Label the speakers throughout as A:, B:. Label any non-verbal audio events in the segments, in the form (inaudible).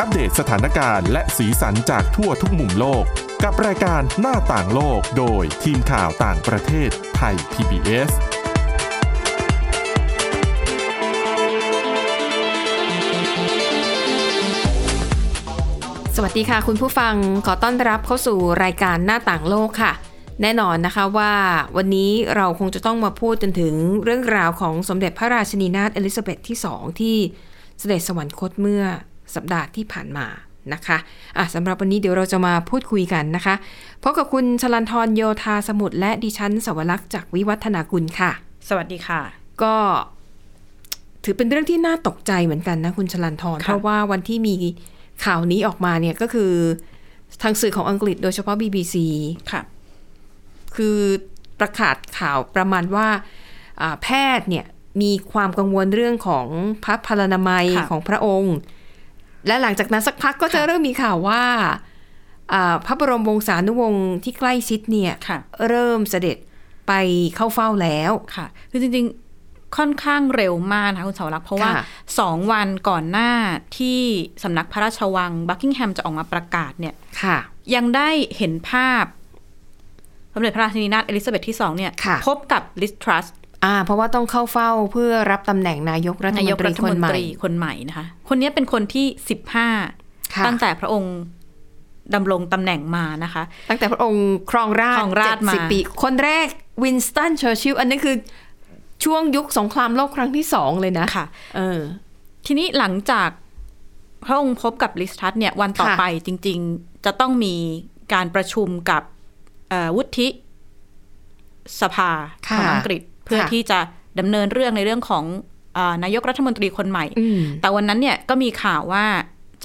A: อัปเดตสถานการณ์และสีสันจากทั่วทุกมุมโลก กับรายการหน้าต่างโลกโดยทีมข่าวต่างประเทศไทย PBS
B: สวัสดีค่ะคุณผู้ฟังขอต้อนรับเข้าสู่รายการหน้าต่างโลกค่ะ แน่นอนนะคะว่าวันนี้เราคงจะต้องมาพูดจนถึงเรื่องราวของสมเด็จพระราชินีนาถเอลิซาเบธที่ 2 ที่เสด็จสวรรคตเมื่อสัปดาห์ที่ผ่านมานะคะอ่ะสำหรับวันนี้เดี๋ยวเราจะมาพูดคุยกันนะคะพบกับคุณชลันทรโยธาสมุทรและดิฉันสวรักษ์จากวิวัฒนากุลค่ะ
C: สวัสดีค่ะ
B: ก็ถือเป็นเรื่องที่น่าตกใจเหมือนกันนะคุณชลันทร
C: ค่ะ
B: เพราะว่าวันที่มีข่าวนี้ออกมาเนี่ยก็คือทางสื่อของอังกฤษโดยเฉพาะ BBC
C: ค่ะ
B: คือประกาศข่าวประมาณว่าอ่าแพทย์เนี่ยมีความกังวลเรื่องของพระพลานามัย
C: ค่ะ
B: ของพระองค์ และหลังจากนั้นสักพักก็จะ
C: ค่ะ
B: เริ่มมีข่าวว่าอ่าพระบรมวงศานุวงศ์ที่ใกล้ชิดเนี่ย
C: ค่ะ
B: เริ่มเสด็จไปเข้าเฝ้าแล้ว
C: ค่ะ คือจริงๆ ค่อนข้างเร็วมากนะคะคุณเสาวรักษ์เพราะว่า
B: ค่ะ
C: สองวันก่อนหน้าที่สำนักพระราชวังบักกิงแฮมจะออกมาประกาศเนี่ย
B: ค่ะ
C: ยังได้เห็นภาพ สมเด็จพระราชินีนาถเอลิซาเบธที่สองเนี่ย
B: ค่ะ
C: พบกับลิสทรัส
B: อ่าเพราะว่าต้องเข้าเฝ้าเพื่อรับตำแหน่งนายกรัฐ
C: นาม ย
B: น
C: ก
B: ตรี
C: รัฐ
B: ค
C: ม
B: น
C: น
B: ให
C: ต
B: ม่
C: รีคนใหม่นะคะ คนนี้เป็นคนที่สิบห้า
B: ค่ะ
C: ตั้งแต่พระองค์ดำรงตำแหน่งมานะคะ
B: ตั้งแต่พระองค์ครองราช
C: ครองราชมา
B: สิบปี คนแรกวินสตันเชอร์ชิลอันนี้คือช่วงยุคสงครามโลกครั้งที่สองเลยนะ
C: ค่ะ
B: เออ
C: ทีนี้หลังจากพระองค์พบกับลิสทัสเนี่ยวันต่อ
B: ค่ะ
C: ไปจริงๆ จะต้องมีการประชุมกับเอ่อวุฒิสภาของอังกฤษ เพื่อที่จะดำเนินเรื่องในเรื่องของเออนายกรัฐมนตรีคนใหม่
B: อืม
C: แต่วันนั้นเนี่ยก็มีข่าวว่า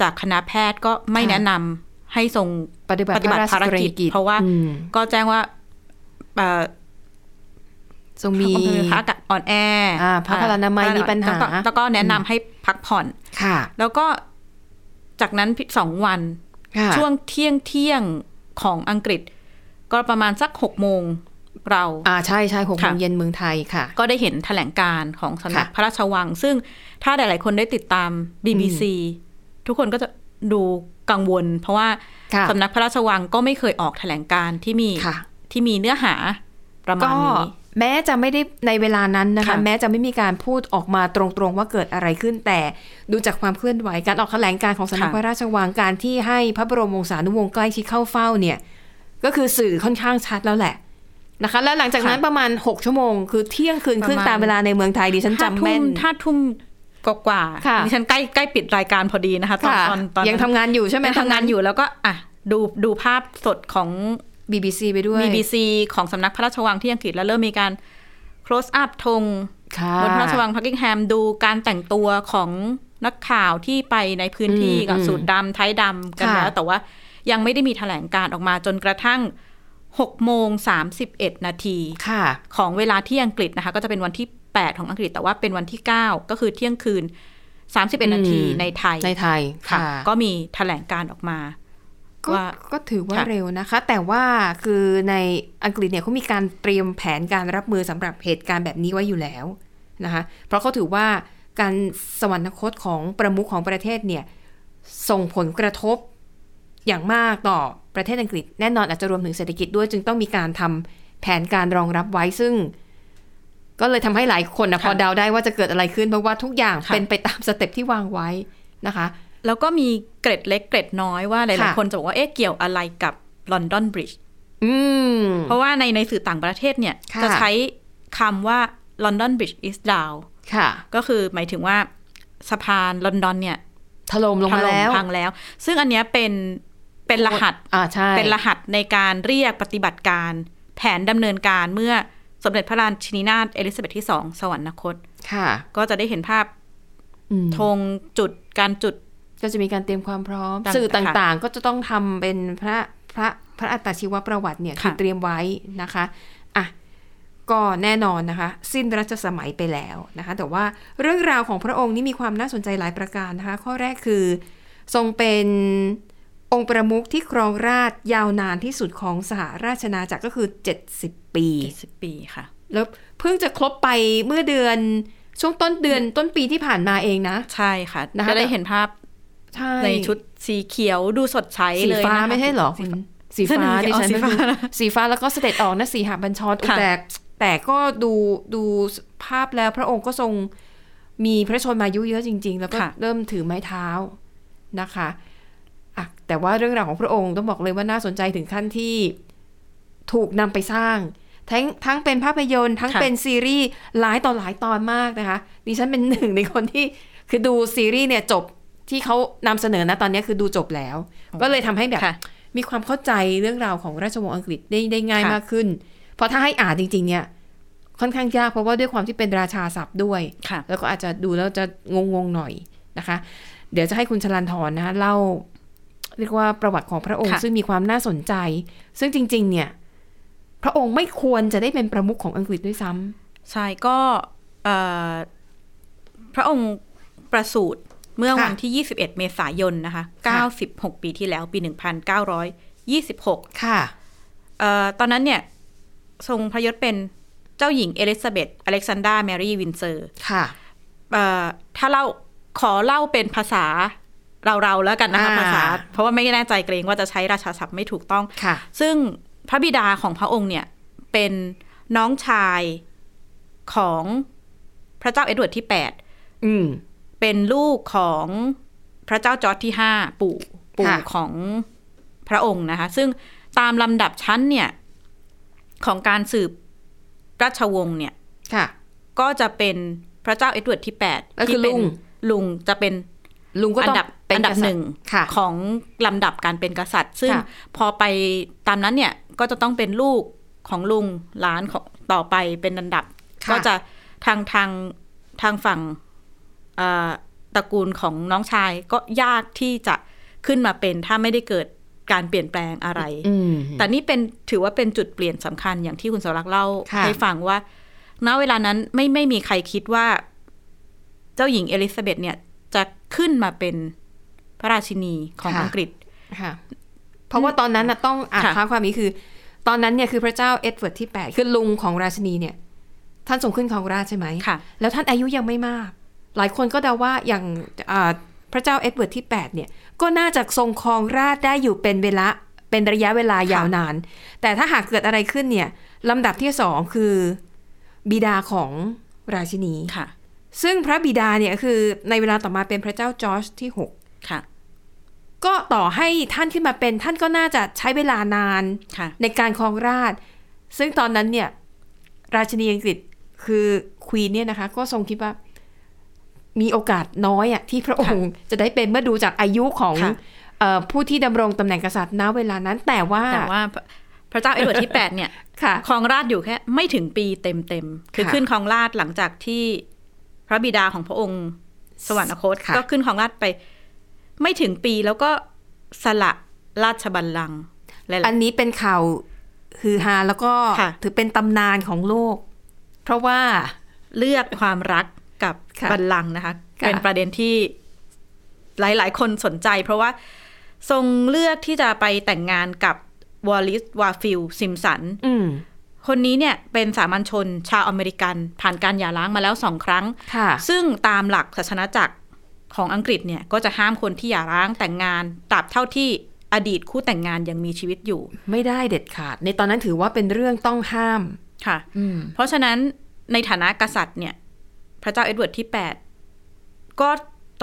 C: จากคณะแพทย์ก็ไม่
B: ค่ะ
C: แนะนำให้ทรง
B: ปฏิบัติ
C: ปฏิบัติ
B: พระราช
C: ภารกิจ
B: กิจ
C: เพราะว่า
B: อืม
C: ก็แจ้งว่าเอ่อ
B: ทรงมี
C: พระอากาศอ่อนแออา
B: พระพลานามัยมีปัญหา
C: แล้วก็แล้วก็แนะนำให้พักผ่อน
B: ค่ะ
C: แล้วก็จากนั้นสองวัน
B: ค่ะ
C: ช่วงเที่ยงเที่ยงของอังกฤษ ก็ประมาณสักหกโมงเรา
B: อ่าใช่ใช่หกโมง
C: ค่ะ
B: เย็นเมืองไทยค่ะ
C: ก็ได้เห็นแถลงการณ์ของสำนัก
B: ค่ะ
C: พระราชวัง ซึ่งถ้าหลาย ๆ คนได้ติดตาม BBC ทุกคนก็จะดูกังวล เพราะว่า
B: ค่ะ
C: สำนักพระราชวังก็ไม่เคยออกแถลงการณ์ที่มี
B: ค่ะ
C: ที่มีเนื้อหาประมาณ
B: ก็
C: นี้
B: แม้จะไม่ได้ในเวลานั้นนะคะ
C: ค่ะ
B: แม้จะไม่มีการพูดออกมาตรงๆว่าเกิดอะไรขึ้น แต่ดูจากความเคลื่อนไหวการออกแถลงการณ์ของสำนักพระราชวังการที่ให้พระบรมวงศานุวงศ์ใกล้ชิดเข้าเฝ้าเนี่ย ก็คือสื่อค่อนข้างชัดแล้วแหละนะคะ แล้วหลังจากนั้นประมาณ 6 ชั่วโมง คือเที่ยงคืนครึ่งตามเวลาในเมืองไทยดิฉันจำแม่น
C: ถ้าทุ่มกว่า
B: ค่ะ
C: ๆดิฉันใกล้ใกล้ปิดรายการพอดีนะคะตอน
B: ค่ะ
C: ตอนตอน
B: ยังทำงานอยู่ใช่ไหม
C: ยังทำงานอยู่แล้วก็อ่ะดูดูภาพสดของ
B: ทำ BBC ไปด้วย
C: BBC ของสำนักพระราชวังที่อังกฤษแล้วเริ่มมีการ close up ธง
B: ค่ะ
C: บนพระราชวังพักกิงแฮมดูการแต่งตัวของนักข่าวที่ไปในพื้นที่
B: อืม
C: กับ
B: อืม
C: สูตรดำไทยดำกัน
B: ค่ะ
C: แล้ว แต่ว่ายังไม่ได้มีแถลงการออกมาจนกระทั่ง6โมง31 นาที
B: ค่ะ
C: ของเวลาที่อังกฤษนะคะ ก็จะเป็นวันที่ 8 ของอังกฤษ แต่ว่าเป็นวันที่ 9 ก็คือเที่ยงคืน
B: อืม
C: 31 นาทีในไทย
B: ในไทย
C: ค่ะ
B: ค่ะ
C: ก็มีแถลงการออกมา
B: ก็
C: ว่า
B: ก็ถือว่า
C: ค่ะ
B: เร็วนะคะ แต่ว่าคือในอังกฤษเนี่ยเขามีการเตรียมแผนการรับมือสำหรับเหตุการณ์แบบนี้ไว้อยู่แล้วนะคะเพราะเขาถือว่าการสวรรคตของประมุขของประเทศเนี่ยส่งผลกระทบอย่างมากต่อประเทศอังกฤษแน่นอนอาจจะรวมถึงเศรษฐกิจด้วย จึงต้องมีการทำแผนการรองรับไว้ซึ่ง ก็เลยทำให้หลายคนนะ
C: ค่ะ
B: พอเดาได้ว่าจะเกิดอะไรขึ้นเพราะว่าทุกอย่าง
C: ค่ะ
B: เป็นไปตามสเต็ปที่วางไว้นะคะ
C: แล้วก็มีเกร็ดเล็กเกร็ดน้อยว่าหลาย
B: ค่ะ
C: ๆคนจะบอกว่าเอ๊ะเกี่ยวอะไรกับลอนดอนบริดจ์
B: อืม
C: เพราะว่าในในสื่อต่างประเทศเนี่ย
B: ค่ะ
C: จะใช้คำว่า London Bridge is down
B: ค่ะ
C: ก็คือหมายถึงว่าสะพานลอนดอนเนี่ย
B: ถล่มลงมาแล้ว
C: ถพังแล้ว ซึ่งอันเนี้ยเป็นเป็นรหัส
B: อ่าใช่
C: เป็นรหัสในการเรียกปฏิบัติการ แผนดำเนินการเมื่อสมเด็จพระราชินีนาถเอลิซาเบธที่สองสวรรคต
B: ค่ะ
C: ก็จะได้เห็นภาพ
B: อืม
C: ธงจุดการจุด
B: ก็จะมีการเตรียมความพร้อม
C: ต่างๆ
B: สื่อต่างๆ ก็จะต้องทำเป็นพระพระพระอัตชีวประวัติเนี่ย
C: ค่ะ
B: คือเตรียมไว้นะคะอ่ะก็แน่นอนนะคะ สิ้นรัชสมัยไปแล้วนะคะ แต่ว่าเรื่องราวของพระองค์นี่มีความน่าสนใจหลายประการนะคะ ข้อแรกคือ ทรงเป็นองค์ประมุขที่ครองราชยาวนานที่สุดของสหราชอาณาจักรก็คือ 70 ปี
C: 70 ปีค่ะ
B: แล้วเพิ่งจะครบไปเมื่อเดือนช่วงต้นเดือนต้นปีที่ผ่านมาเองนะ
C: ใช่ค่ะ
B: นะคะ
C: จะได้เห็นภาพ
B: ใช่
C: ในชุดสีเขียวดูสดใส
B: สี
C: เลย
B: ฟ้า
C: นะคะ
B: ไม่ใช่เหรอคุณสีฟ้า
C: ใช่
B: ดิฉัน
C: สีฟ้า
B: ไม่รู้สีฟ้าแล้วก็เสด็จออกนะสีหบัญชร
C: ค่ะ
B: แต่แต่ก็ดูดูภาพแล้วพระองค์ก็ทรงมีพระชนมายุเยอะจริง ๆ แล้วก็เริ่มถือไม้เท้านะคะอ่ะแต่ว่าเรื่องราวของพระองค์ต้องบอกเลยว่าน่าสนใจถึงขั้นที่ถูกนำไปสร้าง ทั้งทั้งเป็นภาพยนตร์ทั้ง
C: ค่ะ
B: เป็นซีรีส์หลายต่อหลายตอนมากนะคะดิฉันเป็นหนึ่งในคนที่คือดูซีรีส์เนี่ยจบที่เขานำเสนอนะตอนเนี้ยคือดูจบแล้ว ก็เลยทำให้แบบ
C: ค่ะ
B: มีความเข้าใจเรื่องราวของราชวงศ์อังกฤษได้ได้ง่าย
C: ค่ะ
B: มากขึ้น เพราะถ้าให้อ่านจริง ๆ เนี่ย ค่อนข้างยากเพราะว่าด้วยความที่เป็นราชาศัพท์ด้วย
C: ค่ะ
B: แล้วก็อาจจะดูแล้วจะงง ๆ หน่อยนะคะ เดี๋ยวจะให้คุณชลันทรนะคะเล่า เรียกว่าประวัติของพระองค์
C: ค่ะ
B: ซึ่งมีความน่าสนใจ ซึ่งจริง ๆ เนี่ย พระองค์ไม่ควรจะได้เป็นประมุขของอังกฤษด้วยซ้ำ
C: ใช่ก็เอ่อพระองค์ประสูติเมื่อวันที่ 21 เมษายนนะคะ96 ปีที่แล้วปี 1926
B: ค่ะ
C: เอ่อตอนนั้นเนี่ย ทรงพระยศเป็นเจ้าหญิงเอลิซาเบธอเล็กซานดราแมรี่วินเซอร์
B: ค่ะ
C: เอ่อถ้าเล่าขอเล่าเป็นภาษาเราๆแล้วกันนะคะ
B: อ่า
C: ภาษา เพราะว่าไม่แน่ใจเกรงว่าจะใช้ราชาศัพท์ไม่ถูกต้อง
B: ค่ะ
C: ซึ่งพระบิดาของพระองค์เนี่ย เป็นน้องชายของพระเจ้าเอ็ดเวิร์ดที่
B: อืม
C: 8 เป็นลูกของพระเจ้าจอร์จที่ 5 ปู่ปู่
B: ค่ะ
C: ของพระองค์นะคะ ซึ่งตามลำดับชั้นเนี่ย ของการสืบราชวงศ์เนี่ย
B: ค่ะ
C: ก็จะเป็นพระเจ้าเอ็ดเวิร์ดที่
B: ก็
C: 8
B: คือ
C: ที่เป็
B: ลุ
C: น
B: ง
C: ลุงจะเป็น
B: ลุงก็
C: อั
B: ต้อน ง
C: ดับ
B: เป็
C: อันดับ
B: กษัตริย์
C: หนึ่ง
B: ค่ะ
C: ของลำดับการเป็นกษัตริย์ ซึ่ง
B: ค่ะ
C: พอไปตามนั้นเนี่ยก็จะต้องเป็นลูกของลุงหลานของต่อไปเป็นลำดับ
B: ค่
C: ก็จะทางทางทางฝั่งเอ่อตระกูลของน้องชายก็ยากที่จะขึ้นมาเป็นถ้าไม่ได้เกิดการเปลี่ยนแปลงอะไร
B: อืม
C: แต่นี่เป็นถือว่าเป็นจุดเปลี่ยนสำคัญอย่างที่คุณสวรักษ์เล่า
B: ค่ะ
C: ให้ฟังว่า ณเวลานั้นไม่ไม่มีใครคิดว่า เจ้าหญิงเอลิซาเบธเนี่ย จะขึ้นมาเป็นพระราชินีของอังกฤษ
B: ค่ะเพราะว่าตอนนั้นนะต้องอ่าน
C: ค่ะ
B: คาความนี้คือ ตอนนั้นเนี่ยคือพระเจ้าเอ็ดเวิร์ดที่ 8 คือลุงของราชินีเนี่ย ท่านทรงขึ้นครองราชใช่ไหม
C: ค่ะ
B: แล้วท่านอายุยังไม่มาก หลายคนก็เดาว่าอย่างอ่าพระเจ้าเอ็ดเวิร์ดที่ 8 เนี่ย ก็น่าจะทรงครองราชย์ได้อยู่เป็นเวลาเป็นระยะเวลายาวนาน แต่ถ้าหากเกิดอะไรขึ้นเนี่ยลำดับที่สองคือบิดาของราชินี
C: ค่ะ
B: ซึ่งพระบิดาเนี่ยคือในเวลาต่อมาเป็นพระเจ้าจอร์จที่หก
C: ค่ะ
B: ก็ต่อให้ท่านขึ้นมาเป็นท่านก็น่าจะใช้เวลานาน
C: ค่ะ
B: ในการครองราชย์ซึ่งตอนนั้นเนี่ย ราชินีอังกฤษคือควีนเนี่ยนะคะ ก็ทรงคิดว่า มีโอกาสน้อยอะที่พระองค์จะได้เป็นเมื่อดูจากอายุของ
C: ค่ะ
B: เอ่อผู้ที่ดำรงตำแหน่งกษัตริย์ณเวลานั้น แต่ว่า
C: แต่ว่าพระพระเจ้าเอ็ดเวิร์ดที่ 8
B: (laughs)
C: เนี่ย
B: ค่ะ
C: ครองราชย์อยู่แค่ไม่ถึงปีเต็มเต็มๆคือ
B: ค่ะ
C: ขึ้นครองราชย์หลังจากที่พระบิดาของพระองค์สวรรคต
B: ค่ะ
C: ก็ขึ้นครองราชย์ไป ไม่ถึงปีแล้วก็สละราชบัลลังก์และ
B: อันนี้เป็นข่าวฮือฮาแล้วก็
C: ค่ะ
B: ถือเป็นตำนานของโลก เพราะว่า
C: เลือกความรักกับ
B: ค่ะ
C: บัลลังก์นะคะ
B: ค่ะ
C: เป็นประเด็นที่หลาย ๆ คนสนใจ เพราะว่าทรงเลือกที่จะไปแต่งงานกับวอลลิสวาฟิลซิมสัน
B: อืม
C: คนนี้เนี่ยเป็นสามัญชนชาวอเมริกัน ผ่านการหย่าร้างมาแล้วสองครั้ง
B: ค่ะ
C: ซึ่งตามหลักศาสนาจักรของอังกฤษเนี่ย ก็จะห้ามคนที่หย่าร้างแต่งงานตราบเท่าที่อดีตคู่แต่งงานยังมีชีวิตอยู่
B: ไม่ได้เด็ดขาด ในตอนนั้นถือว่าเป็นเรื่องต้องห้าม
C: ค่ะ
B: อืม
C: เพราะฉะนั้นในฐานะกษัตริย์เนี่ย พระเจ้าเอ็ดเวิร์ดที่ 8 ก็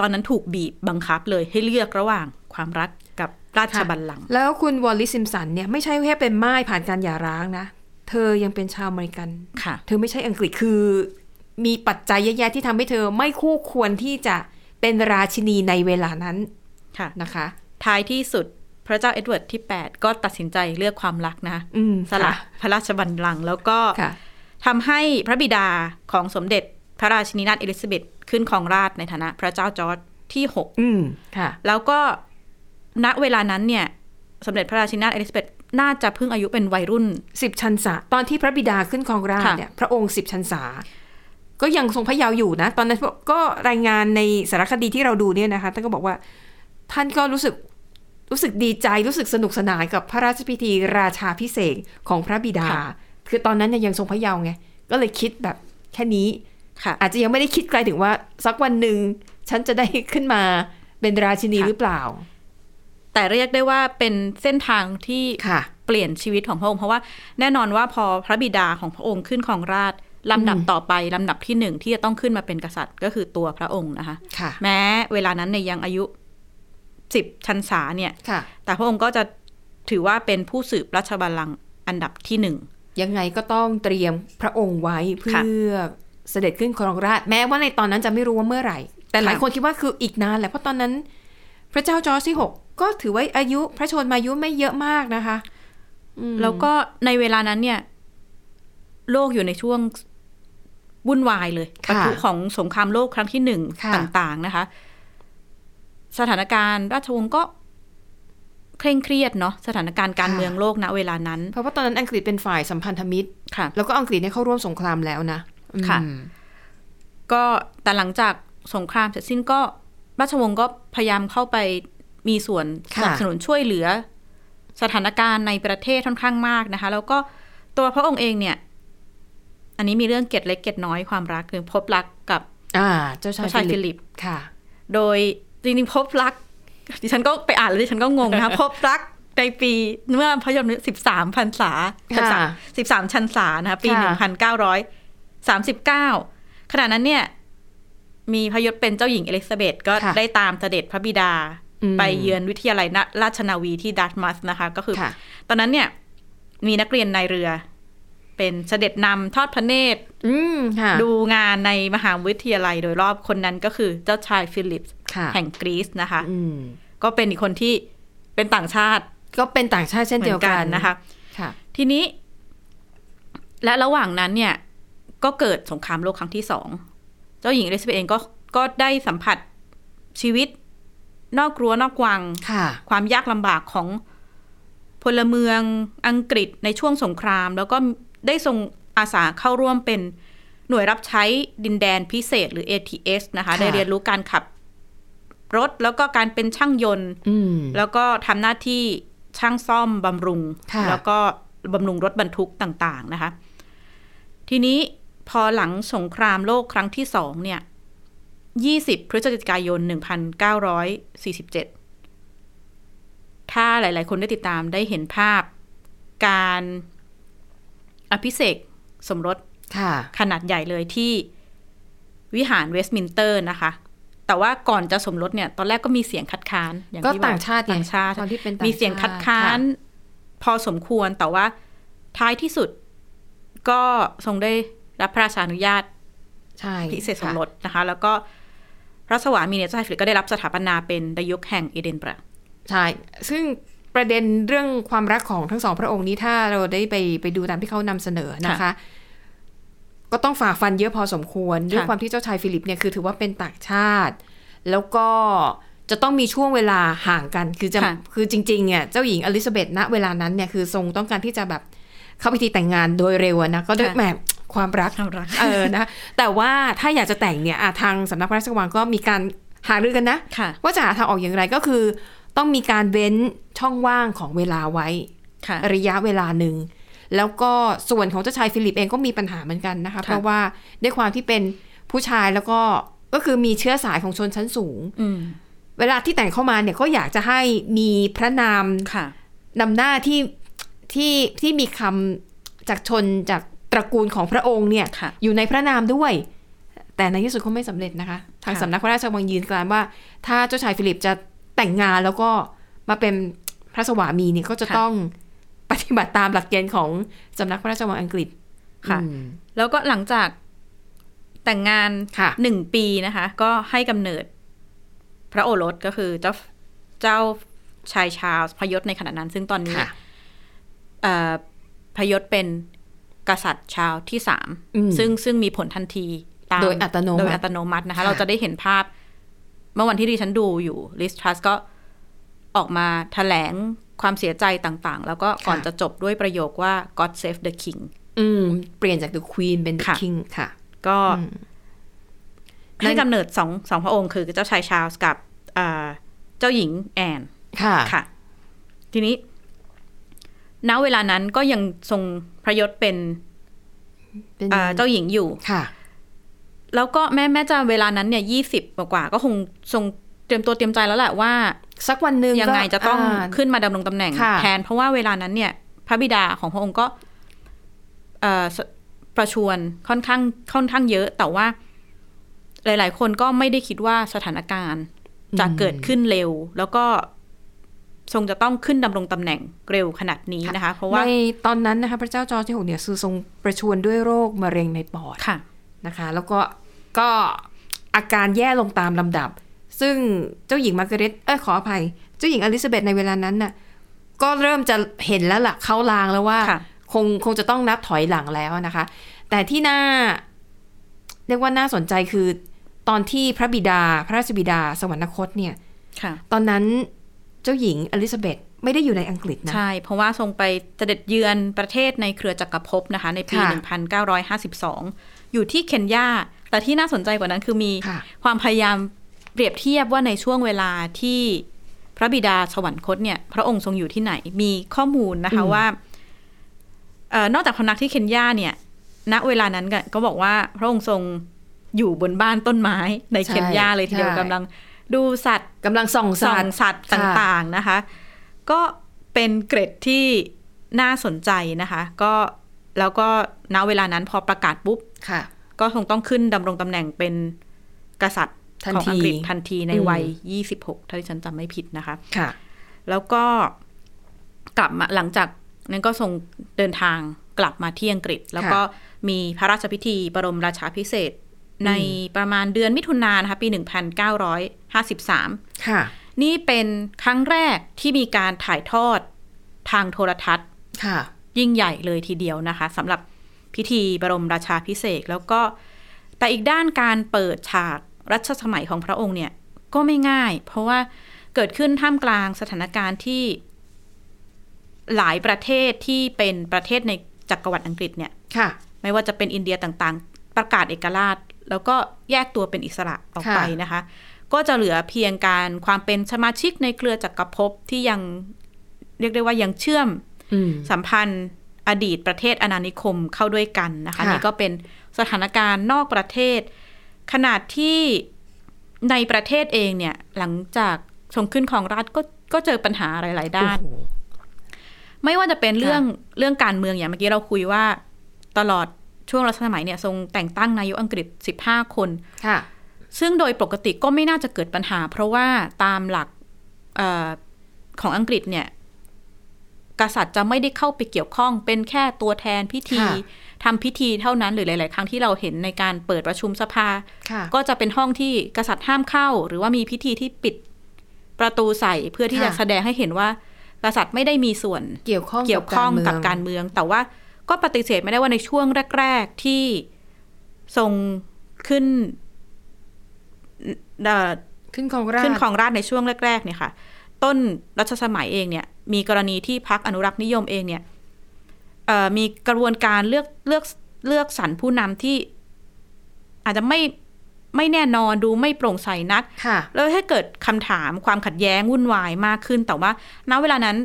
C: ตอนนั้นถูกบีบบังคับเลยให้เลือกระหว่างความรักกับราชบัลลังก์
B: แล้วคุณวอลลิสซิมสันเนี่ยไม่ใช่แค่เป็นม่ายผ่านการหย่าร้างนะ เธอยังเป็นชาวอเมริกัน
C: ค่ะ
B: เธอไม่ใช่อังกฤษคือ มีปัจจัยเยอะแยะที่ทำให้เธอไม่คู่ควรที่จะเป็นราชินีในเวลานั้น
C: ค่ะ
B: นะคะ
C: ท้ายที่สุดพระเจ้าเอ็ดเวิร์ดที่ 8 ก็ตัดสินใจเลือกความรักนะ
B: อืม
C: สละพระราชบัลลังก์แล้วก็
B: ค่ะ
C: ทำให้พระบิดาของสมเด็จพระราชินีนาถเอลิซาเบธขึ้นครองราชย์ในฐานะพระเจ้าจอร์จที่ 6
B: อืมค่ะ
C: แล้วก็ณเวลานั้นเนี่ย สมเด็จพระราชินีนาถเอลิซาเบธน่าจะเพิ่งอายุเป็นวัยรุ่น
B: สิบชันษาตอนที่พระบิดาขึ้นครองราช
C: ค่ะ
B: เนี่ยพระองค์สิบชันษา ก็ยังทรงพระเยาว์อยู่นะ ตอนนั้นก็รายงานในสารคดีที่เราดูเนี่ยนะคะท่านก็บอกว่า ท่านก็รู้สึกรู้สึกดีใจรู้สึกสนุกสนานกับพระราชพิธีราชาพิเศษกของพระบิดา คือตอนนั้นเนี่ยยังทรงพระเยาว์ไงก็เลยคิดแบบแค่นี้
C: ค่ะ
B: อาจจะยังไม่ได้คิดไกลถึงว่าสักวันหนึ่งฉันจะได้ขึ้นมา เป็นราชินี
C: ค่ะ
B: หรือเปล่า
C: แต่เรียกได้ว่าเป็นเส้นทางที่
B: ค่ะ
C: เปลี่ยนชีวิตของพระองค์เพราะว่าแน่นอนว่าพอพระบิดาของพระองค์ขึ้นครองราชย์ลำดับ
B: อืม
C: ต่อไปลำดับที่หนึ่งที่จะต้องขึ้นมาเป็นกษัตริย์ก็คือตัวพระองค์นะคะ
B: ค่ะ
C: แม้เวลานั้นในยยังอายุสิบชันษาเนี่ย
B: ค่ะ
C: แต่พระองค์ก็จะถือว่าเป็นผู้สืบราชบัลลังก์อันดับที่หนึ่ง
B: ยังไงก็ต้องเตรียมพระองค์ไว้เพื่
C: ค่ะ
B: อเสด็จขึ้นครองราชย์แม้ว่าในตอนนั้นจะไม่รู้ว่าเมื่อไหร่ แต่หลาย
C: ค่ะ
B: คนคิดว่าคืออีกนานแหละเพราะตอนนั้น พระเจ้าจอร์จที่หกก็ถือว่าอายุพระชนมายุไม่เยอะมากนะคะอืม
C: แล้วก็ในเวลานั้นเนี่ย โลกอยู่ในช่วงวุ่นวายเลย
B: ค่ะ
C: ปะทุของสงครามโลกครั้งที่หนึ่ง
B: ค่ะ
C: ต่างๆนะคะ สถานการณ์ราชวงศ์ก็เคร่งเครียดเนาะสถานการณ์การเมืองโลกณเวลานั้น
B: เพราะว่าตอนนั้นอังกฤษเป็นฝ่ายสัมพันธมิตร
C: ค่ะ
B: แล้วก็อังกฤษเนี่ยเข้าร่วมสงครามแล้วนะอืม
C: ค่ะ ก็แต่หลังจากสงครามเสร็จสิ้นก็ราชวงศ์ก็พยายามเข้าไปมีส่วนสนับสนุนช่วยเหลือ สถานการณ์ในประเทศค่อนข้างมากนะคะ แล้วก็ตัวพระองค์เองเนี่ย อันนี้มีเรื่องเกล็ดเล็กเกล็ดน้อยความรักคือพบรักกับ
B: อ่า เจ้าชา
C: เจ้าย ชาย
B: ฟิ
C: ฟิ
B: ลิป
C: ลิป
B: ค่ะ
C: โดยจริงๆพบรัก ดิฉันก็ไปอ่านแล้วดิฉันก็งงนะคะ
B: (laughs)
C: พบรักในปีเมื่อพระยนต์สิบสามพรรษา
B: ค่ะ
C: สิบสามชันษานะคะปี
B: ค่ะ
C: หนึ่งพันเก้าร้อยสามสิบเก้าขณะนั้นเนี่ย มีพระยศเป็นเจ้าหญิงเอลิซาเบธก็
B: ค่ะ
C: ได้ตามเสด็จพระบิดา
B: อืม
C: ไปเยือนวิทยาลัยณราชนาวีที่ดัตมัสนะคะ ก็คือ
B: ค่ะ
C: ตอนนั้นเนี่ย มีนักเรียนในเรือ เป็นเสด็จนำทอดพระเนตร
B: อืมค่ะ
C: ดูงานในมหาวิทยาลัยโดยรอบคนนั้นก็คือเจ้าชายฟิลิป
B: ค่ะ
C: แห่งกรีซนะคะ
B: อืม
C: ก็เป็นอีกคนที่เป็นต่างชาติ
B: ก็เป็นต่างชาติเช่นเดียวกัน
C: หมือนะคะ
B: ค่ะ
C: ทีนี้ และระหว่างนั้นเนี่ย ก็เกิดสงครามโลกครั้งที่สอง เจ้าหญิงเอลิซาเบธเองก็ก็ได้สัมผัสชีวิต นอกรั้วนอกวัง
B: ค่ะ
C: ความยากลำบากของพลเมืองอังกฤษในช่วงสงคราม แล้วก็ได้ทรงอาสาเข้าร่วมเป็นหน่วยรับใช้ดินแดนพิเศษหรือ ATS นะคะ
B: ค่ะ
C: ได้เรียนรู้การขับรถแล้วก็การเป็นช่างยนต์
B: อืม
C: แล้วก็ทำหน้าที่ช่างซ่อมบำรุง
B: ค่ะ
C: แล้วก็บำรุงรถบรรทุกต่างๆนะคะ ทีนี้พอหลังสงครามโลกครั้งที่สองเนี่ย 20 พฤศจิกายน 1947 ถ้าหลายๆ คนได้ติดตามได้เห็นภาพการอภิเษกสมรส
B: ค่ะ
C: ขนาดใหญ่เลยที่วิหารเวสต์มินสเตอร์นะคะ แต่ว่าก่อนจะสมรสเนี่ย ตอนแรกก็มีเสียงคัดค้าน อย่าง
B: ก็
C: ที่บอก
B: ต่างชาติไง
C: ต่างชาติ
B: ตอนที่เป็นต่าง
C: มีเสียงคัดค้า
B: ชติ
C: น
B: ค่ะ
C: พอสมควรแต่ว่าท้ายที่สุดก็ทรงได้รับพระราชานุญาต
B: ใช่
C: พิเศษสมรสนะคะ แล้วก็พระสวามีเนี่ยเจ้าชายฟิลิปก็ได้รับสถาปนาเป็นดยุกแห่งเอเดนบระ
B: ใช่ ซึ่งประเด็นเรื่องความรักของทั้งสองพระองค์นี้ถ้าเราได้ไปไปดูตามที่เขานำเสนอนะคะ ก็ต้องฝ่าฟันเยอะพอสมควร ด้วยความที่เจ้าชายฟิลิปเนี่ยคือถือว่าเป็นต่างชาติ แล้วก็จะต้องมีช่วงเวลาห่างกัน คือจะ
C: ค่ะ
B: คือจริงๆเนี่ยเจ้าหญิงอลิซาเบธณเวลานั้นเนี่ยคือทรงต้องการที่จะแบบเข้าพิธีแต่งงานโดยเร็วอะนะก็ด้วยแหมความรัก
C: ความรัก
B: เออนะแต่ว่าถ้าอยากจะแต่งเนี่ยอ่ะทางสำนักพระราชวังก็มีการหารือกันนะ
C: ค่ะ
B: ว่าจะหาทางออกอย่างไรก็คือต้องมีการเว้นช่องว่างของเวลาไว้
C: ค่ะ
B: ระยะเวลาหนึ่ง แล้วก็ส่วนของเจ้าชายฟิลิปเองก็มีปัญหาเหมือนกันนะคะ เพราะว่าด้วยความที่เป็นผู้ชายแล้วก็ก็คือมีเชื้อสายของชนชั้นสูง
C: อืม
B: เวลาที่แต่งเข้ามาเนี่ยก็อยากจะให้มีพระนาม
C: ค่ะ
B: นำหน้าที่ที่ที่มีคำจากชนจากตระกูลของพระองค์เนี่ย
C: ค่ะ
B: อยู่ในพระนามด้วย แต่ในที่สุดก็ไม่สำเร็จนะคะ ทาง
C: ค่ะ
B: สำนักพระราชวังยืนกลานว่า ถ้าเจ้าชายฟิลิปจะแต่งงานแล้วก็มาเป็นพระสวามีเนี่ยก็จะต้องปฏิบัติตามหลักเกณฑ์ของสำนักพระราชวังอังกฤษ
C: ค่ะ
B: อืม
C: แล้วก็หลังจากแต่งงาน
B: ค่ะ
C: หนึ่งปีนะคะ ก็ให้กำเนิดพระโอรสก็คือเจ้าเจ้าชายชาร์ลส์พระยศในขณะนั้น ซึ่งตอนนี้
B: ค่ะ
C: เอ่อพระยศเป็นกษัตริย์ชาร์ลส์ที่สาม
B: อืม
C: ซึ่งซึ่งมีผลทันทีตาม
B: โดยอัตโนมัติ
C: โดยอัตโนมัตินะคะ
B: ค่ะ
C: เราจะได้เห็นภาพ เมื่อวันที่ดิฉันดูอยู่ลิสทรัสก็ออกมาแถลงความเสียใจต่างๆ แล้วก็ก่อนจะจบด้วยประโยคว่า God save the king
B: อืมเปลี่ยนจาก The Queen เป็น The
C: ค่ะ
B: King ค่ะ
C: ก็
B: อืม
C: ให้กำเนิดสองสองพระองค์คือเจ้าชายชาร์ลส์กับอ่าเจ้าหญิงแอน
B: ค่ะ
C: ค่ะ ทีนี้ ณ เวลานั้นก็ยังทรงพระยศเป็น
B: เป็น
C: อ่าเจ้าหญิงอยู่
B: ค่ะ
C: แล้วก็แม้แม้จะเวลานั้นเนี่ยยี่สิบกว่าๆก็คงทรง เตรียมตัวเตรียมใจแล้วแหละว่า
B: สักวันหนึ่ง
C: ยังไง
B: ก็
C: จะต้อง
B: า
C: ขึ้นมาดำรงตำแหน่ง
B: ค่ะ
C: แทนเพราะว่าเวลานั้นเนี่ย พระบิดาของพระองค์ก็เอ่อสประชวรค่อนข้างค่อนข้างเยอะ แต่ว่า หลาย ๆ คนก็ไม่ได้คิดว่าสถานการณ์จะเกิดขึ้นเร็ว แล้วก็ทรงจะต้องขึ้นดำรงตำแหน่งเร็วขนาดนี้นะคะ เพราะว่า
B: ในตอนนั้นนะคะพระเจ้าจอร์จที่หกเนี่ยคือทรงประชวรด้วยโรคมะเร็งในปอด
C: ค่ะ
B: นะคะแล้วก็ก็อาการแย่ลงตามลำดับ ซึ่งเจ้าหญิงมาร์กาเร็ตเอ้ยขออภัย เจ้าหญิงอลิซาเบธในเวลานั้นน่ะก็เริ่มจะเห็นแล้วล่ะเข้าลางแล้วว่า
C: ค่ะ
B: คงคงจะต้องนับถอยหลังแล้วนะคะ แต่ที่น่า เรียกว่าน่าสนใจคือตอนที่พระบิดา พระราชบิดาสวรรคตเนี่ย
C: ค่ะ
B: ตอนนั้นเจ้าหญิงอลิซาเบธไม่ได้อยู่ในอังกฤษนะ
C: ใช่ เพราะว่าทรงไปเสด็จเยือนประเทศในเครือจักรภพนะคะ ในปี
B: ค่ะ
C: 1952 อยู่ที่เคนยา แต่ที่น่าสนใจกว่านั้นคือมี
B: ค่ะ
C: ความพยายามเปรียบเทียบว่าในช่วงเวลาที่พระบิดาสวรรคตเนี่ย พระองค์ทรงอยู่ที่ไหน มีข้อมูลนะคะว่าเออนอกจากพำนักที่เคนยาเนี่ย ณ เวลานั้นก็ก็บอกว่าพระองค์ทรงอยู่บนบ้านต้นไม้ในเคนยาเลยทีเดียวกำลังดูสัตว
B: กำลังส่อง
C: ส่อ
B: สาง ด
C: สัตว์
B: ค่ะ
C: ต่างๆนะคะ ก็เป็นเกร็ดที่น่าสนใจนะคะ ก็แล้วก็ณเวลานั้นพอประกาศปุ๊บ
B: ค่ะ
C: ก็คงต้องขึ้นดำรงตำแหน่งเป็นกษัตริย์
B: ทัน
C: ของ
B: ที
C: อังกฤษทันทีใน
B: อืม
C: วัย 26 ถ้าที่ฉันจำไม่ผิดนะคะ
B: ค่ะ
C: แล้วก็กลับมาหลังจากนั้นก็ส่งเดินทางกลับมาที่อังกฤษ แล้วก็มีพระราชพิธีบรมราชาพิเศษกในประมาณเดือนมิถุนายนนะคะปี 1953
B: ค่ะ
C: นี่เป็นครั้งแรกที่มีการถ่ายทอดทางโทรทัศน์
B: ค่ะ
C: ยิ่งใหญ่เลยทีเดียวนะคะสำหรับพิธีบรมราชาพิเศษกแล้วก็แต่อีกด้านการเปิดฉากรัชสมัยของพระองค์เนี่ยก็ไม่ง่าย เพราะว่าเกิดขึ้นท่ามกลางสถานการณ์ที่หลายประเทศที่เป็นประเทศในจักรวรรดิอังกฤษเนี่ย
B: ค่ะ
C: ไม่ว่าจะเป็นอินเดียต่างๆ ประกาศเอกราช แล้วก็แยกตัวเป็นอิสระออกไปนะคะ ก็จะเหลือเพียงการความเป็นสมาชิกในเครือจักรภพที่ยังเรียกได้ว่ายังเชื่อม
B: อืม
C: สัมพันธ์อดีตประเทศอาณานิคมเข้าด้วยกันนะคะ
B: ค่ะ
C: นี่ก็เป็นสถานการณ์นอกประเทศ ขนาดที่ในประเทศเองเนี่ยหลังจากทรงขึ้นครองราชย์ก็ก็เจอปัญหาหลายๆด้าน
B: โอ้โห
C: ไม่ว่าจะเป็น
B: ค่ะ
C: เรื่องเรื่องการเมืองอย่างเมื่อกี้เราคุยว่า ตลอดช่วงรัชสมัยเนี่ยทรงแต่งตั้งนายกอังกฤษ 15 คน
B: ค่ะ
C: ซึ่งโดยปกติก็ไม่น่าจะเกิดปัญหา เพราะว่าตามหลักเออของอังกฤษเนี่ย กษัตริย์จะไม่ได้เข้าไปเกี่ยวข้อง เป็นแค่ตัวแทนพิธี
B: ค่ะ
C: ทำพิธีเท่านั้นหรือหลาย ๆ ครั้งที่เราเห็นในการเปิดประชุมสภา
B: ค่ะ
C: ก็จะเป็นห้องที่กษัตริย์ห้ามเข้า หรือว่ามีพิธีที่ปิดประตูใส่เพื่อที่จะ
B: ค่ะ
C: แสดงให้เห็นว่า กษัตริย์ไม่ได้มีส่วน
B: เกี่ยวข้อง
C: เกี่ยวข้องกับ
B: เมื
C: การเมือง แต่ว่าก็ปฏิเสธไม่ได้ว่าในช่วงแรก ๆ ที่ทรงขึ้นเอ่อ
B: ขึ้นของราช
C: ขึ้นครองราชย์ในช่วงแรก ๆ เนี่ยค่ะ ต้นรัชสมัยเองเนี่ย มีกรณีที่พรรคอนุรักษ์นิยมเองเนี่ยเอ่อมีกระบวนการเลือกเลือกเลือกสรรผู้นำที่อาจจะไม่ไม่แน่นอนดูไม่โปร่งใสนัก
B: ค่ะ
C: แล้วให้เกิดคำถามความขัดแย้งวุ่นวายมากขึ้น แต่ว่าณเวลานั้น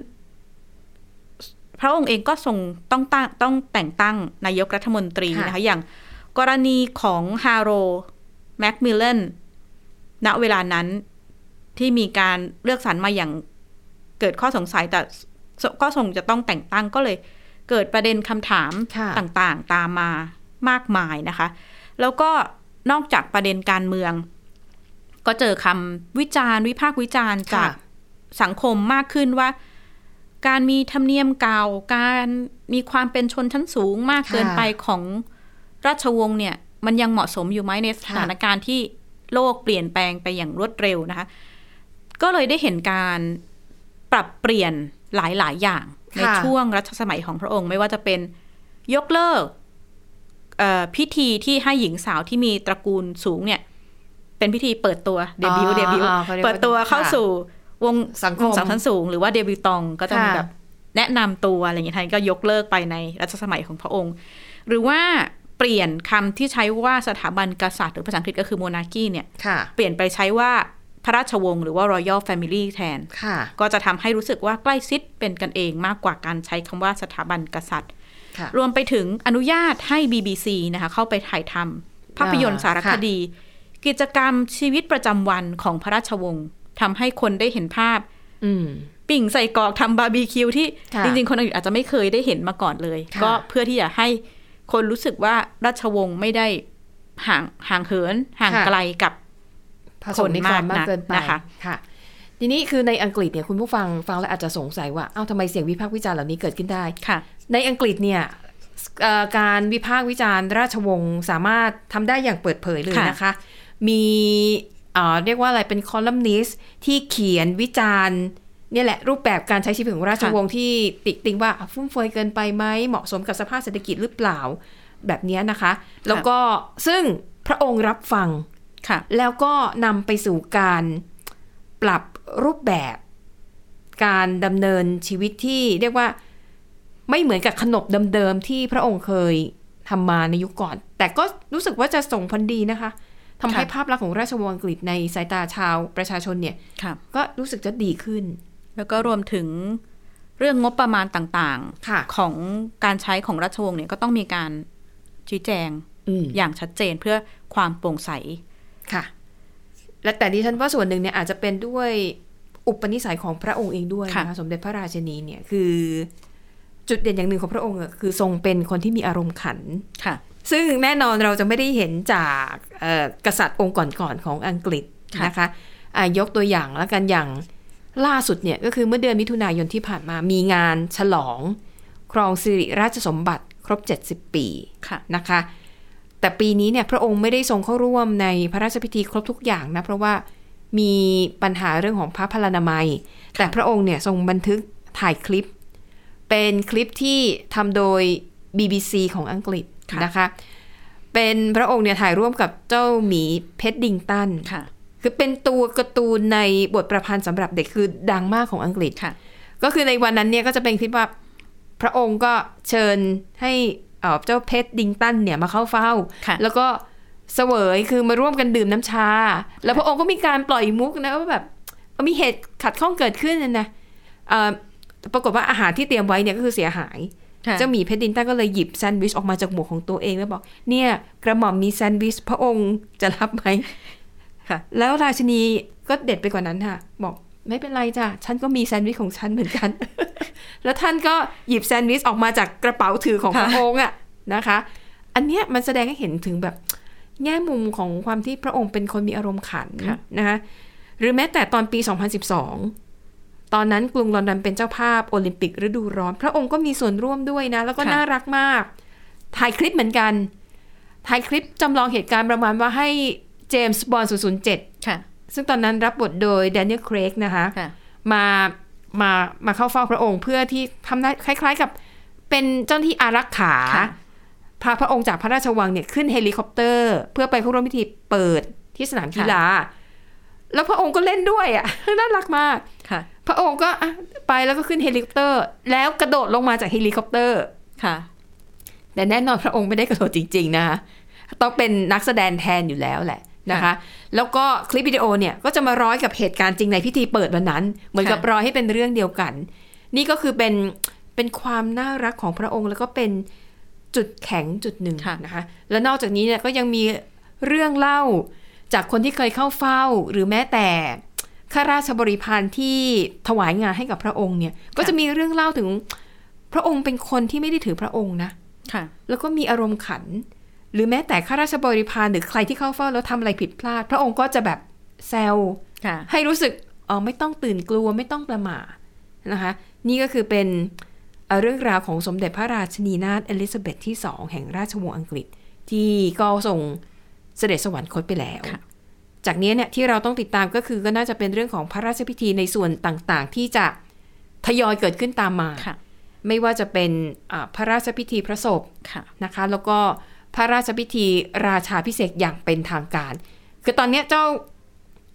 C: พระองค์เองก็ทรงต้องตั้งต้องแต่งตั้งนายกรัฐมนตรี
B: ค่ะ
C: นะคะ อย่างกรณีของฮาโรแม็กมิลเลนณเวลานั้นที่มีการเลือกสรรมาอย่างเกิดข้อสงสัยแต่สก็ทรงจะต้องแต่งตั้งก็เลยเกิดประเด็นคำถาม
B: ค่ะ
C: ต่างๆ ตามมามากมายนะคะ แล้วก็นอกจากประเด็นการเมือง ก็เจอคำวิจารณ์วิพากษ์วิจารณ์จาก
B: ค่ะ
C: สังคมมากขึ้นว่า การมีธรรมเนียมเก่า การมีความเป็นชนชั้นสูงมากเกินไปของราชวงศ์เนี่ย มันยังเหมาะสมอยู่ไหมในสถานการณ์ที่โลกเปลี่ยนแปลงไปอย่างรวดเร็วนะคะ ก็เลยได้เห็นการปรับเปลี่ยนหลาย ๆ อย่าง ใน
B: ค่ะ
C: ช่วงรัชสมัยของพระองค์ไม่ว่าจะเป็น ยกเลิกเอ่อพิธีที่ให้หญิงสาวที่มีตระกูลสูงเนี่ย เป็นพิธีเปิดตัวเดบิวต์
B: อ๋อ
C: เดบิวต์
B: อ๋อเขาเรียกว่า
C: เปิดตัวเข้าสู่วง
B: สังคม
C: วสังชั้นสูง หรือว่าเดบิวตองก็จะมี
B: ค่ะ
C: แบบแนะนำตัวอะไรอย่างเงี้ยท่านก็ยกเลิกไปในรัชสมัยของพระองค์ หรือว่าเปลี่ยนคำที่ใช้ว่าสถาบันกษัตริย์หรือภาษาอังกฤษก็คือโมนาคีเนี่ย
B: ค่ะ
C: เปลี่ยนไปใช้ว่าพระราชวงศ์หรือว่า Royal Family แทน
B: ค่ะ
C: ก็จะทำให้รู้สึกว่าใกล้ชิดเป็นกันเองมากกว่าการใช้คำว่าสถาบันกษัตริย์
B: ค่ะ
C: รวมไปถึงอนุญาตให้ BBC นะคะเข้าไปถ่ายทำภาพยนตร์
B: อ่า
C: สารค
B: ค่ะ
C: ดี กิจกรรมชีวิตประจำวันของพระราชวงศ์ทำให้คนได้เห็นภาพ
B: อืม
C: ปิ่งใส่กรอกทำบาร์บีคิวที่
B: ค่ะ
C: จริงๆ คนอื่นอาจจะไม่เคยได้เห็นมาก่อนเลย
B: ค่ะ
C: ก็เพื่อที่จะให้คนรู้สึกว่าราชวงศ์ไม่ได้ห่างห่างเหินห่างไกลกับ
B: ผสมในความมากเกินไป
C: คนมากนักนะคะ
B: ค่ะ ทีนี้คือในอังกฤษเนี่ยคุณผู้ฟังฟังแล้วอาจจะสงสัยว่าเอ้าทำไมเสียงวิพากษ์วิจารณ์เหล่านี้เกิดขึ้นได้
C: ค่ะ
B: ในอังกฤษเนี่ยเอ่อการวิพากษ์วิจารณ์ราชวงศ์สามารถทำได้อย่างเปิดเผยเลย
C: ค่ะ
B: นะคะ มีเอ่อเรียกว่าอะไรเป็นคอลัมนิสที่เขียนวิจารณ์เนี่ยแหละรูปแบบการใช้ชีวิตของราชวงศ์ที่ติติงว่าฟุ่มเฟือยเกินไปไหมเหมาะสมกับสภาพเศรษฐกิจหรือเปล่าแบบเนี้ยนะคะ แล้วก็ซึ่งพระองค์รับฟัง
C: ค่ะ
B: แล้วก็นำไปสู่การปรับรูปแบบ การดำเนินชีวิตที่เรียกว่าไม่เหมือนกับขนบเดิมๆที่พระองค์เคยทำมาในยุคก่อน แต่ก็รู้สึกว่าจะส่งผลดีนะคะทำให้
C: ค่ะ
B: ภาพลักษณ์ของราชวงศ์อังกฤษในสายตาชาวประชาชนเนี่ย
C: ค่ะ
B: ก็รู้สึกจะดีขึ้น
C: แล้วก็รวมถึงเรื่องงบประมาณต่าง
B: ค่ะ
C: ๆ ของการใช้ของราชวงศ์เนี่ยก็ต้องมีการชี้แจง
B: อ
C: อย
B: าก
C: ย่างชัดเจนเพื่อความโปร่งใส
B: ค่ะ และแต่ดิฉันว่าส่วนหนึ่งเนี่ยอาจจะเป็นด้วยอุปนิสัยของพระองค์เองด้วยนะคะ
C: ค่ะ
B: สมเด็จพระราชินีเนี่ยคือจุดเด่นอย่างหนึ่งของพระองค์อะคือทรงเป็นคนที่มีอารมณ์ขัน
C: ค่ะ
B: ซึ่งแน่นอนเราจะไม่ได้เห็นจากเอ่อกษัตริย์องค์ก่อนๆของอังกฤษ
C: ค่ะ
B: นะคะอ่ะยกตัวอย่างแล้วกันอย่างล่าสุดเนี่ยก็คือเมื่อเดือนมิถุนายนที่ผ่านมามีงานฉลอง ครองสิริราชสมบัติครบ 70 ปี
C: ค่ะ
B: นะคะ แต่ปีนี้เนี่ยพระองค์ไม่ได้ทรงเข้าร่วมในพระราชพิธีครบทุกอย่างนะ เพราะว่ามีปัญหาเรื่องของพระพลานามัย แต่พระองค์เนี่ยทรงบันทึกถ่ายคลิป เป็นคลิปที่ทำโดย BBC ของอังกฤษ
C: ค่ะ
B: นะคะ เป็นพระองค์เนี่ยถ่ายร่วมกับเจ้าหมีเพชรดิงตัน
C: ค่ะ
B: คือเป็นตัวการ์ตูนในบทประพันธ์สำหรับเด็กคือดังมากของอังกฤษ
C: ค่ะ
B: ก็คือในวันนั้นเนี่ยก็จะเป็นคลิปว่าพระองค์ก็เชิญให้เอ่อเจ้าเพชรดิงตันเนี่ยมาเข้าเฝ้า
C: ค่ะ
B: แล้วก็เสวยคือมาร่วมกันดื่มน้ำชา แล้วพระองค์ก็มีการปล่อยมุกนะว่าแบบเอ่อมีเหตุขัดข้องเกิดขึ้นนะนะเอ่อปรากฏว่าอาหารที่เตรียมไว้เนี่ยก็คือเสียหาย
C: ค่ะ
B: เจ้าหมีเพชรดินตันก็เลยหยิบแซนด์วิชออกมาจากหมวกของตัวเองแล้วบอก เนี่ย กระหม่อมมีแซนด์วิชพระองค์จะรับไหม
C: ค่ะ
B: แล้วราชินีก็เด็ดไปกว่านั้นค่ะ บอกไม่เป็นไรจ้ะ ฉันก็มีแซนด์วิชของฉันเหมือนกัน (laughs) แล้วท่านก็หยิบแซนด์วิชออกมาจากกระเป๋าถือของพ
C: ค่ะ
B: ระองค์อะนะคะ อันเนี้ยมันแสดงให้เห็นถึงแบบ แง่มุมของความที่พระองค์เป็นคนมีอารมณ์ขันนะคะหรือแม้แต่ตอนปี 2012 ตอนนั้นกรุงลอนดอนเป็นเจ้าภาพโอลิมปิกฤดูร้อน พระองค์ก็มีส่วนร่วมด้วยนะ แล้วก็
C: ค่ะ
B: น่ารักมาก ถ่ายคลิปเหมือนกัน ถ่ายคลิปจำลองเหตุการณ์ประมาณว่าให้เจมส์บอล007
C: ค่ะ
B: ซึ่งตอนนั้นรับบทโดยแดเนียลเครกนะคะ
C: ค่ะ
B: มามามาเข้าเฝ้าพระองค์เพื่อที่ทำหน้าคล้ายๆกับเป็นเจ้าหน้าที่อารักขา
C: ค่ะ
B: พาพระองค์จากพระราชวังเนี่ยขึ้นเฮลิคอปเตอร์ เพื่อไปเข้าร่วมพิธีเปิดที่สนามกีฬา แล้วพระองค์ก็เล่นด้วย (laughs) อ่ะ น่ารักมาก
C: ค่ะ
B: พระองค์ก็อ่ะไปแล้วก็ขึ้นเฮลิคอปเตอร์ แล้วกระโดดลงมาจากเฮลิคอปเตอร์
C: ค่ะ
B: แต่แน่นอนพระองค์ไม่ได้กระโดดจริง ๆ นะคะต้องเป็นนักแสดงแทนอยู่แล้วแหละนะคะ
C: ค่ะ
B: แล้วก็คลิปวิดีโอเนี่ยก็จะมาร้อยกับเหตุการณ์จริงในพิธีเปิดวันนั้น เหมือนกับ
C: ค่ะ
B: ร้อยให้เป็นเรื่องเดียวกัน นี่ก็คือเป็นเป็นความน่ารักของพระองค์ แล้วก็เป็นจุดแข็งจุดหนึ่งนะคะ และนอกจากนี้เนี่ยก็ยังมีเรื่องเล่าจากคนที่เคยเข้าเฝ้า หรือแม้แต่ข้าราชบริพารที่ถวายงานให้กับพระองค์เนี่ย ก็จะมีเรื่องเล่าถึงพระองค์เป็นคนที่ไม่ได้ถือพระองค์นะ
C: ค่ะ
B: แล้วก็มีอารมณ์ขัน หรือแม้แต่ข้าราชบริพารหรือใครที่เข้าเฝ้าแล้วทำอะไรผิดพลาด พระองค์ก็จะแบบแซว
C: ค่ะ
B: ให้รู้สึกเออไม่ต้องตื่นกลัวไม่ต้องประหม่านะคะ นี่ก็คือเป็นเอ่อเรื่องราวของสมเด็จพระราชินีนาถเอลิซาเบธที่สองแห่งราชวงศ์อังกฤษ ที่ก็ทรงเสด็จสวรรคตไปแล้ว
C: ค่ะ
B: จากนี้เนี่ยที่เราต้องติดตามก็คือก็น่าจะเป็นเรื่องของพระราชพิธีในส่วนต่างๆ ที่จะทยอยเกิดขึ้นตามมา
C: ค่ะ
B: ไม่ว่าจะเป็นอ่าพระราชพิธีพระศพ
C: ค่ะ
B: นะคะแล้วก็พระราชพิธีราชาพิเศษกอย่างเป็นทางการ คือตอนเนี้ยเจ้า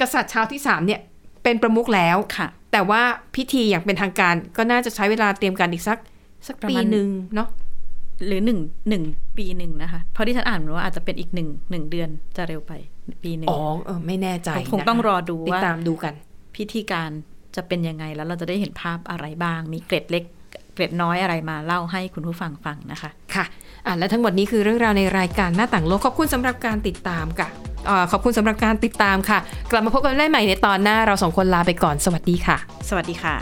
B: กษัตริย์ชาวที่สามเนี่ยเป็นประมุขแล้ว
C: ค่ะ
B: แต่ว่าพิธีอย่างเป็นทางการก็น่าจะใช้เวลาเตรียมการอีกสักสัก
C: ประ
B: ปี
C: มาณ
B: หนึ่งเนาะ
C: หรือหนึ่งหนึ่งปีหนึ่งนะคะ เพราะที่ฉันอ่านมันว่าอาจจะเป็นอีกหนึ่งหนึ่งเดือนจะเร็วไปปีหนึ่ง
B: อ๋อเออไม่แน่ใจ
C: ก็
B: นะคะ
C: คงต้องรอดู
B: ติด
C: ว่า
B: ตามดูกัน
C: พิธีการจะเป็นยังไงแล้วเราจะได้เห็นภาพอะไรบ้าง มีเกร็ดเล็ก เกร็ดน้อยอะไรมาเล่าให้คุณผู้ฟังฟังนะคะ
B: ค่ะอ่ะ และทั้งหมดนี้คือเรื่องราวในรายการหน้าต่างโลก ขอบคุณสำหรับการติดตามค่ะ เอ่อขอบคุณสำหรับการติดตามค่ะ กลับมาพบกันได้ใหม่ในตอนหน้าเราสองคนลาไปก่อนสวัสดีค่ะ
C: สวัสดีค่ะ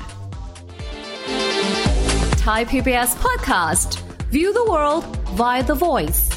D: Thai PBS podcast. View the world via the voice.